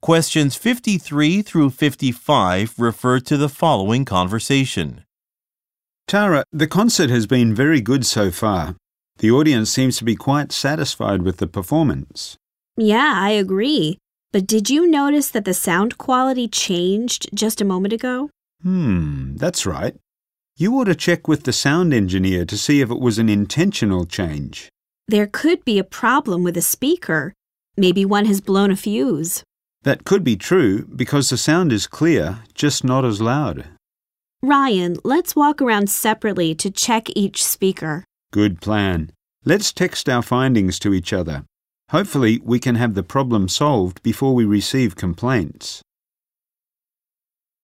Questions 53 through 55 refer to the following conversation. Tara, the concert has been very good so far. The audience seems to be quite satisfied with the performance. Yeah, I agree. But did you notice that the sound quality changed just a moment ago? Hmm, that's right. You ought to check with the sound engineer to see if it was an intentional change. There could be a problem with a speaker. Maybe one has blown a fuse. That could be true because the sound is clear, just not as loud. Ryan, let's walk around separately to check each speaker. Good plan. Let's text our findings to each other. Hopefully, we can have the problem solved before we receive complaints.